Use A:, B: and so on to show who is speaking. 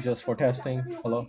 A: just for testing. Hello.